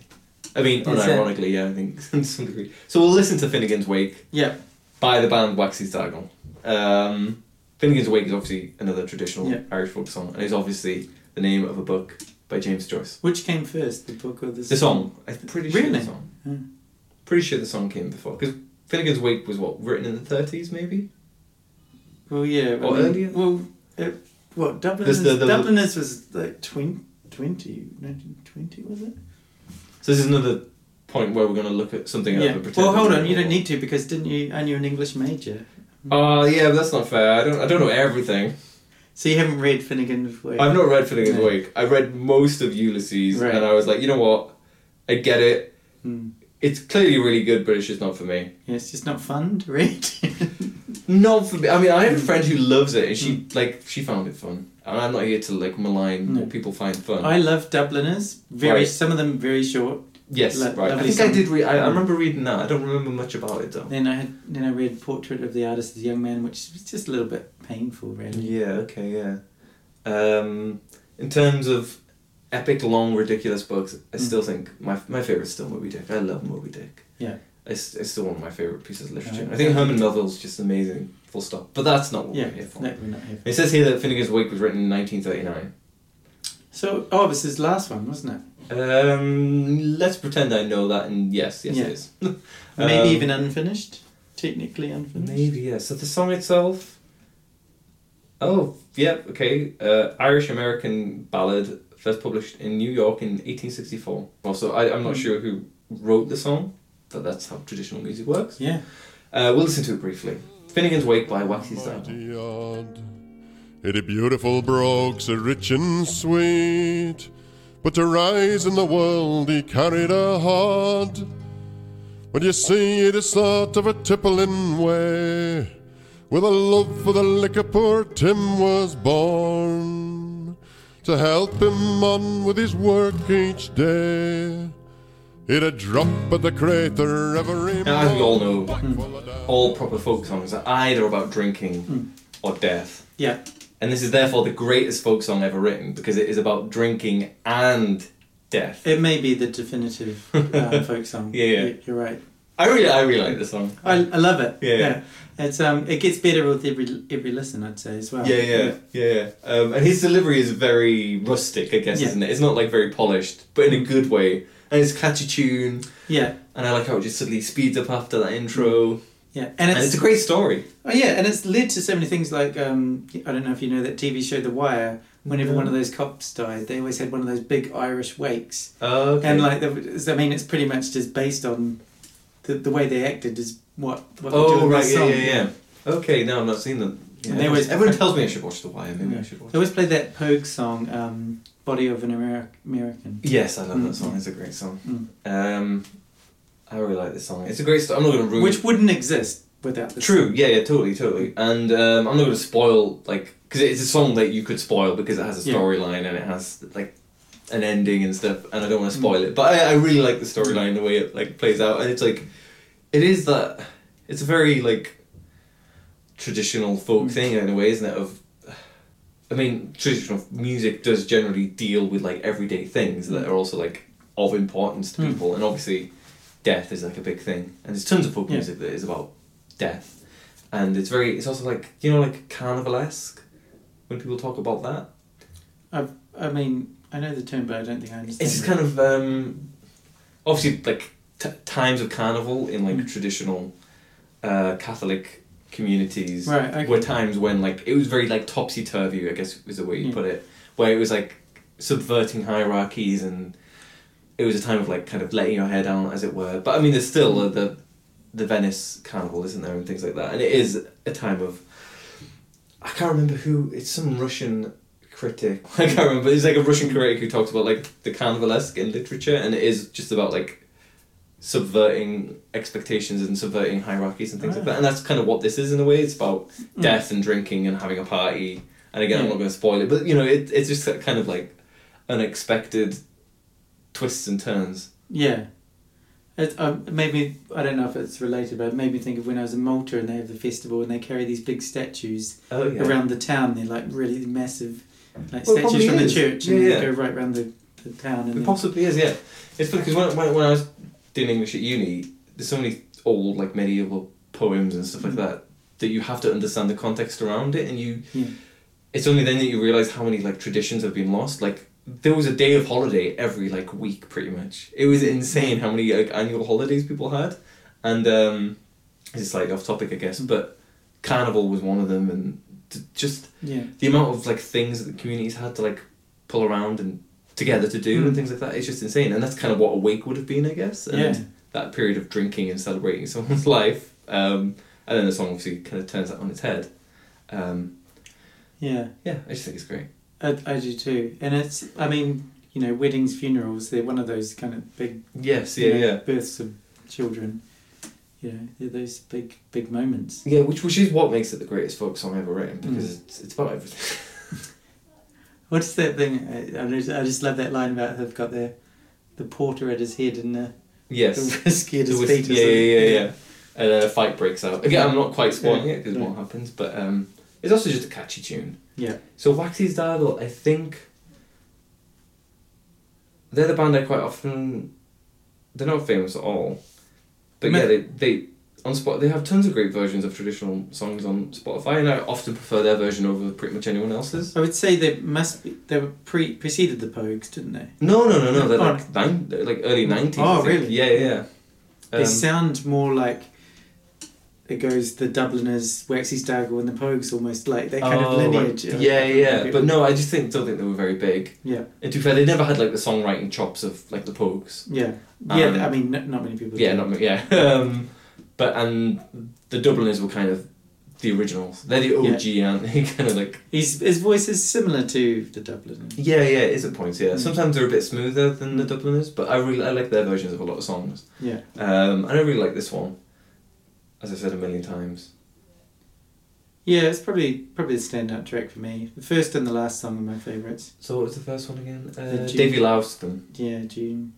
I mean, That's it. unironically, yeah, I think to some degree. So we'll listen to Finnegan's Wake. Yeah, by the band Waxy's Diagonal. Um, Finnegan's Wake is obviously another traditional Yeah. Irish folk song, and it's obviously the name of a book by James Joyce. which came first, the book or the The song, I'm pretty sure Really? the song. Yeah. Pretty sure the song came before because Finnegan's Wake was what written in the 30s, maybe. Well, yeah. I Or mean, earlier? Well, it, what Dubliners? There's the- the- Dubliners was like 20, 20, 1920, was it? So this is another point where we're going to look at something. up yeah. and pretend Well, hold it's on. You normal. don't need to because didn't you? And you're an English major, Oh yeah, but that's not fair. I don't. I don't know everything. so you haven't read Finnegan's Wake. I've not read Finnegan's Yeah. Wake. I read most of Ulysses, Right. and I was like, you know what? I get it. Hmm. It's clearly really good, but it's just not for me. Yeah, it's just not fun to read. Not for me. I mean, I have a friend who loves it, and she like she found it fun. And I'm not here to like malign Hmm. No. what people find fun. I love Dubliners. Very Right. some of them very short. yes, lo- right. I lovely think I song. did read. I, I remember reading that. I don't remember much about it though. Then I had then I read Portrait of the Artist as a Young Man, which was just a little bit painful, really. Yeah. Okay. Yeah. Um, in terms of epic, long, ridiculous books, I still think my my favorite is still Moby Dick. I love Moby Dick. Yeah. It's, it's still one of my favorite pieces of literature. Right. I think Herman Melville's just amazing. Full stop. But that's not what Yeah, we're here for. no, we're not here. It says here that Finnegan's Wake was written in 1939. So, oh, this is the last one, wasn't it? Um, let's pretend I know that, and yes, yes, Yeah. it is. Um, Maybe even unfinished, technically unfinished. maybe yeah. So the song itself. Oh yeah, okay. Uh, Irish American ballad, first published in New York in 1864. Also, I, I'm Hmm. not sure who wrote the song, but that's how traditional music works. Yeah. Uh, we'll listen to it briefly. Finnegan's Wake by Waxy's Diamond. mighty odd. It a beautiful brogue's a rich and sweet, but to rise in the world he carried a hod. When you see it is sort of a tippling way, with a love for the liquor poor Tim was born. To help him on with his work each day, it a drop at the crater every Now, as we all know, morn. Hmm. all proper folk songs are either about drinking or death. Yeah. And this is therefore the greatest folk song ever written because it is about drinking and death. It may be the definitive um, folk song. Yeah, yeah. You- You're right. I really, I really like this song. I, I love it. Yeah, yeah. It's um, it gets better with every every listen, I'd say as well. Yeah, yeah, yeah. yeah. Um, and his delivery is very rustic, I guess, Yeah. isn't it? It's not like very polished, but in a good way. And it's a catchy tune, yeah, and I like how it just suddenly speeds up after that intro. yeah. And And it's, it's a great story. oh, yeah, and it's led to so many things like um, I don't know if you know that TV show The Wire. Whenever one of those cops died, they always had one of those big Irish wakes, Oh, Okay. and like the, I mean, it's pretty much just based on the, the way they acted is what. what they do oh in right, this yeah, song. yeah, yeah. Okay, no, I've not seen them. Yeah, And there was- everyone tells me I should watch The Wire. Maybe Yeah. I should watch. They always play that Pogue song, um, "Body of an Ameri- American." Yes, I love Mm. that song. It's a great song. Mm. Um, I really like this song. It's a great story. I'm not going to ruin. which wouldn't exist without this. True. Yeah. Yeah. Totally. Totally. And um, I'm not going to spoil like because it's a song that you could spoil because it has a Yeah. storyline and it has like an ending and stuff. And I don't want Mm. to spoil it, but I, I really like the storyline the way it like plays out. And it's like it is that it's a very like traditional Mm. folk thing in a way, isn't it? Of I mean, traditional music does generally deal with like everyday things Mm. that are also like of importance to Hmm. people, and obviously, death is like a big thing, and there's tons of folk Yeah. music that is about death, and it's very, it's also like you know, like carnivalesque when people talk about that. I've, I mean, I know the term, but I don't think I understand. It's just kind of um, obviously like t- times of carnival in like Mm. traditional uh, Catholic communities Right, okay. were times when like it was very like topsy turvy. I guess is the way you Yeah. put it, where it was like subverting hierarchies and it was a time of like kind of letting your hair down, as it were. But I mean, there's still uh, the the Venice Carnival, isn't there, and things like that. And it is a time of I can't remember who it's some Russian critic. I can't remember. It's like a Russian critic who talks about like the carnivalesque in literature, and it is just about like subverting expectations and subverting hierarchies and things like that. And that's kind of what this is in a way. It's about death and drinking and having a party. And again, I'm Yeah. not going to spoil it, but you know, it, it's just that kind of like unexpected twists and turns. yeah. It um, made me. I don't know if it's related, but it made me think of when I was in Malta and they have the festival and they carry these big statues Oh yeah. around the town. They're like really massive, like Well, it statues probably from is. the church, Yeah, and yeah. they go right around the, the town. And It then- possibly is, yeah. It's funny because when, when, when I was doing English at uni, there's so many old, like, medieval poems and stuff like that that you have to understand the context around it, and you. Yeah. It's only then that you realize how many, like, traditions have been lost. Like, there was a day of holiday every, like, week, pretty much. It was insane how many, like, annual holidays people had. And, um, it's like off topic, I guess, but Carnival was one of them, and t- just yeah, the amount of like things that the communities had to like pull around and together to do and things like that it's just insane and that's kind of what a wake would have been i guess and Yeah. that period of drinking and celebrating someone's life um, and then the song obviously kind of turns that on its head um, yeah. yeah i just think it's great I, I do too, and it's. I mean, you know, weddings, funerals. They're one of those kind of big yes you yeah know, yeah births of children. You know, they're those big big moments. yeah which, which is what makes it the greatest folk song ever written because it's, it's about everything What's that thing? I, I, just, I just love that line about they've got the the porter at his head and the, yes the whiskey at The his whis- feet. or yeah, yeah, yeah, something. yeah. And a fight breaks out. Again, I'm not quite spoiling Yeah. it 'cause it Yeah. because what happens, but um, it's also just a catchy tune. Yeah. So Waxy's Dial, I think they're the band I quite often. They're not famous at all, but Ma- yeah, they they on spot they have tons of great versions of traditional songs on Spotify, and I often prefer their version over pretty much anyone else's. I would say they must be. They were pre preceded the Pogues, didn't they? No, no, no, no. They're Oh. like nine, they're like early nineties. Oh, really? Yeah, yeah. yeah. They Um, sound more like it goes the Dubliners, Waxy Staggle, and the Pogues, almost like that kind Oh, of lineage. right. Yeah, yeah, Okay. but no, I just think don't think they were very big. yeah, And to be fair, they never had like the songwriting chops of like the Pogues. yeah, yeah. Um, I mean, n- not many people. Yeah, do. not ma- yeah. Um, but and the Dubliners were kind of the originals. They're the OG, aren't they? kind of like His his voice is similar to the Dubliners. yeah, yeah. It is a point. Yeah, sometimes they're a bit smoother than the Dubliners, but I really I like their versions of a lot of songs. Yeah, Um, and I really like this one, as I said a million times. yeah. It's probably probably the standout track for me. The first and the last song are my favourites. So what was the first one again? Uh, The June- Davy Louston. Yeah, June.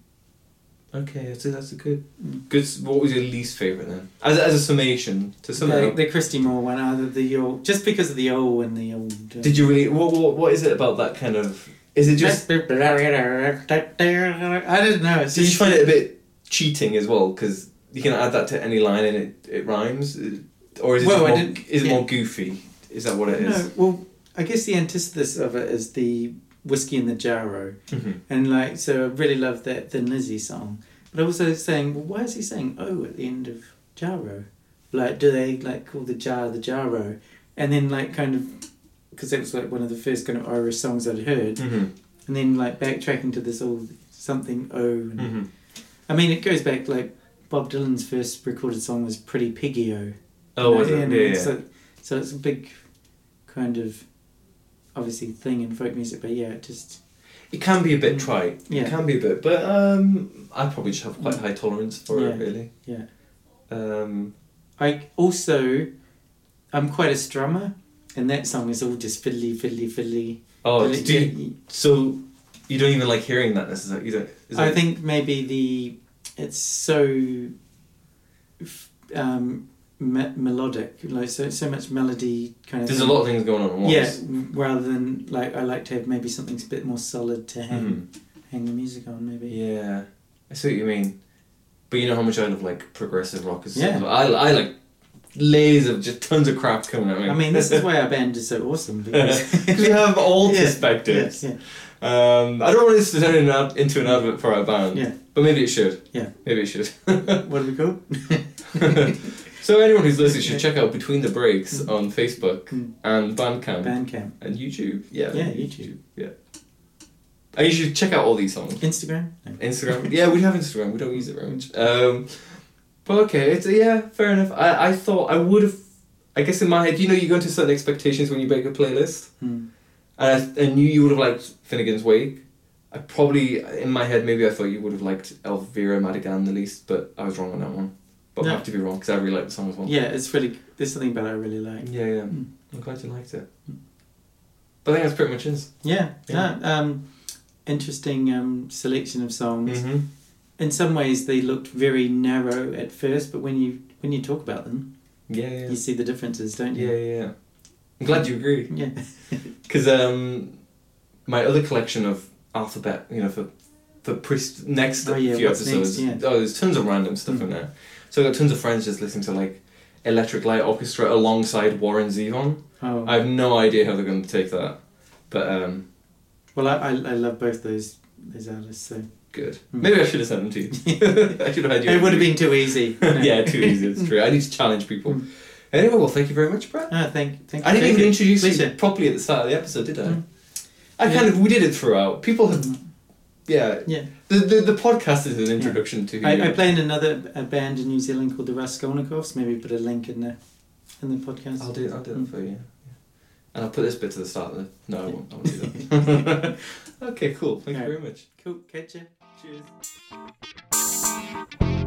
Okay, I'd say that's a good. Good. s- What was your least favorite then? As, as a summation to sum it the, up. the Christy Moore one, either the old, just because of the old and the old. Uh, Did you really? What, what What is it about that kind of? Is it just? I don't know. It's Did you just find it a bit cheating as well? Because you can add that to any line and it, it rhymes, It- or is it Well, just I more, didn't- is it yeah. more goofy? Is that what it is? No, well, I guess the antithesis of it is the whiskey in the jarro, Mm-hmm, and like so, I really love that the Nizzy song. But also saying, well, why is he saying "oh" at the end of jarro? Like, do they like call the jar the jarro? And then like kind of because that was like one of the first kind of Irish songs I'd heard, mm-hmm, and then like backtracking to this all something "oh." And, Hmm. mm-hmm. I mean, it goes back like Bob Dylan's first recorded song was "Pretty Piggy O." Oh, was Yeah, it? and Yeah, yeah. So, so it's a big kind of obviously thing in folk music, but yeah, it just It can be a bit trite. It Mm. Yeah. Mm. can be a bit, but um, I probably just have quite high tolerance for it, Yeah. really. yeah. Um, I also I'm quite a strummer, and that song is all just fiddly, fiddly, fiddly. oh, But it- do you- so you don't even like hearing that necessarily. You don't. Is I it- think maybe the it's so f- um, me- melodic, like so so much melody kind of. there's a thing. lot of things going on at once. Yeah, w- rather than like I like to have maybe something a bit more solid to hang Mm-hmm. hang the music on, maybe. Yeah, I see what you mean. But you know how much I love like progressive rock. and stuff. Yeah. I, I like layers of just tons of crap coming at me. I mean, this is why our band is so awesome because because we have all Yeah, perspectives. yeah, Um, I don't want this to turn in- out into an advert for our band. Yeah. But maybe it should. Yeah. Maybe it should. what are we called? so anyone who's listening should check out Between the Breaks Mm. on Facebook and Bandcamp Bandcamp, and YouTube. Yeah. Yeah, YouTube. Yeah. And you should check out all these songs. Instagram. No. Instagram. yeah, we have Instagram. We don't use it very much. Um, but okay, it's yeah, fair enough. I, I thought I would have. I guess in my head, you know, you go into certain expectations when you make a playlist, Hmm. and I, I knew you would have liked Finnegan's Wake. I probably in my head maybe I thought you would have liked Elvira Madigan the least, but I was wrong on that one. But I No. have to be wrong because I really like the song as well. Yeah, Hmm. it's really there's something about it I really like. yeah, yeah. I'm glad you liked it. Hmm. But I think that's pretty much it. Yeah, no, Yeah. um, interesting um, selection of Mm-hmm. songs. In some ways, they looked very narrow at first, but when you when you talk about them, Yeah, yeah, you see the differences, don't yeah, you? yeah. I'm glad you agree. Yeah, Because um, my other collection of alphabet, you know, for for pre- next Oh, yeah, Hmm. few what's episodes, next, oh, there's tons of random stuff in there. So I got tons of friends just listening to like Electric Light Orchestra alongside Warren Zevon. Oh, I have no idea how they're going to take that, but um, well, I, I, I love both those those artists. So good. Maybe I should have sent them to you. I should have had you. Hmm. it would have been Hmm. too easy. No. yeah, too easy. It's true. I need to challenge people. Anyway, well, thank you very much, Brett. Ah, thank, thank I didn't thank even you. introduce you Pleasure. properly at the start of the episode, did I? I kind of we did it throughout. People have, yeah, Mm. Yeah. The, the the podcast is an introduction to. Who you- I, I play in another a band in New Zealand called the Raskolnikovs. Maybe put a link in the in the podcast. I'll do I'll do Mm. that for you. yeah. And I'll put this bit to the start. Then. No, I won't. I won't do that. okay, cool. Thank you Alright. very much. Cool. Catch ya. Cheers.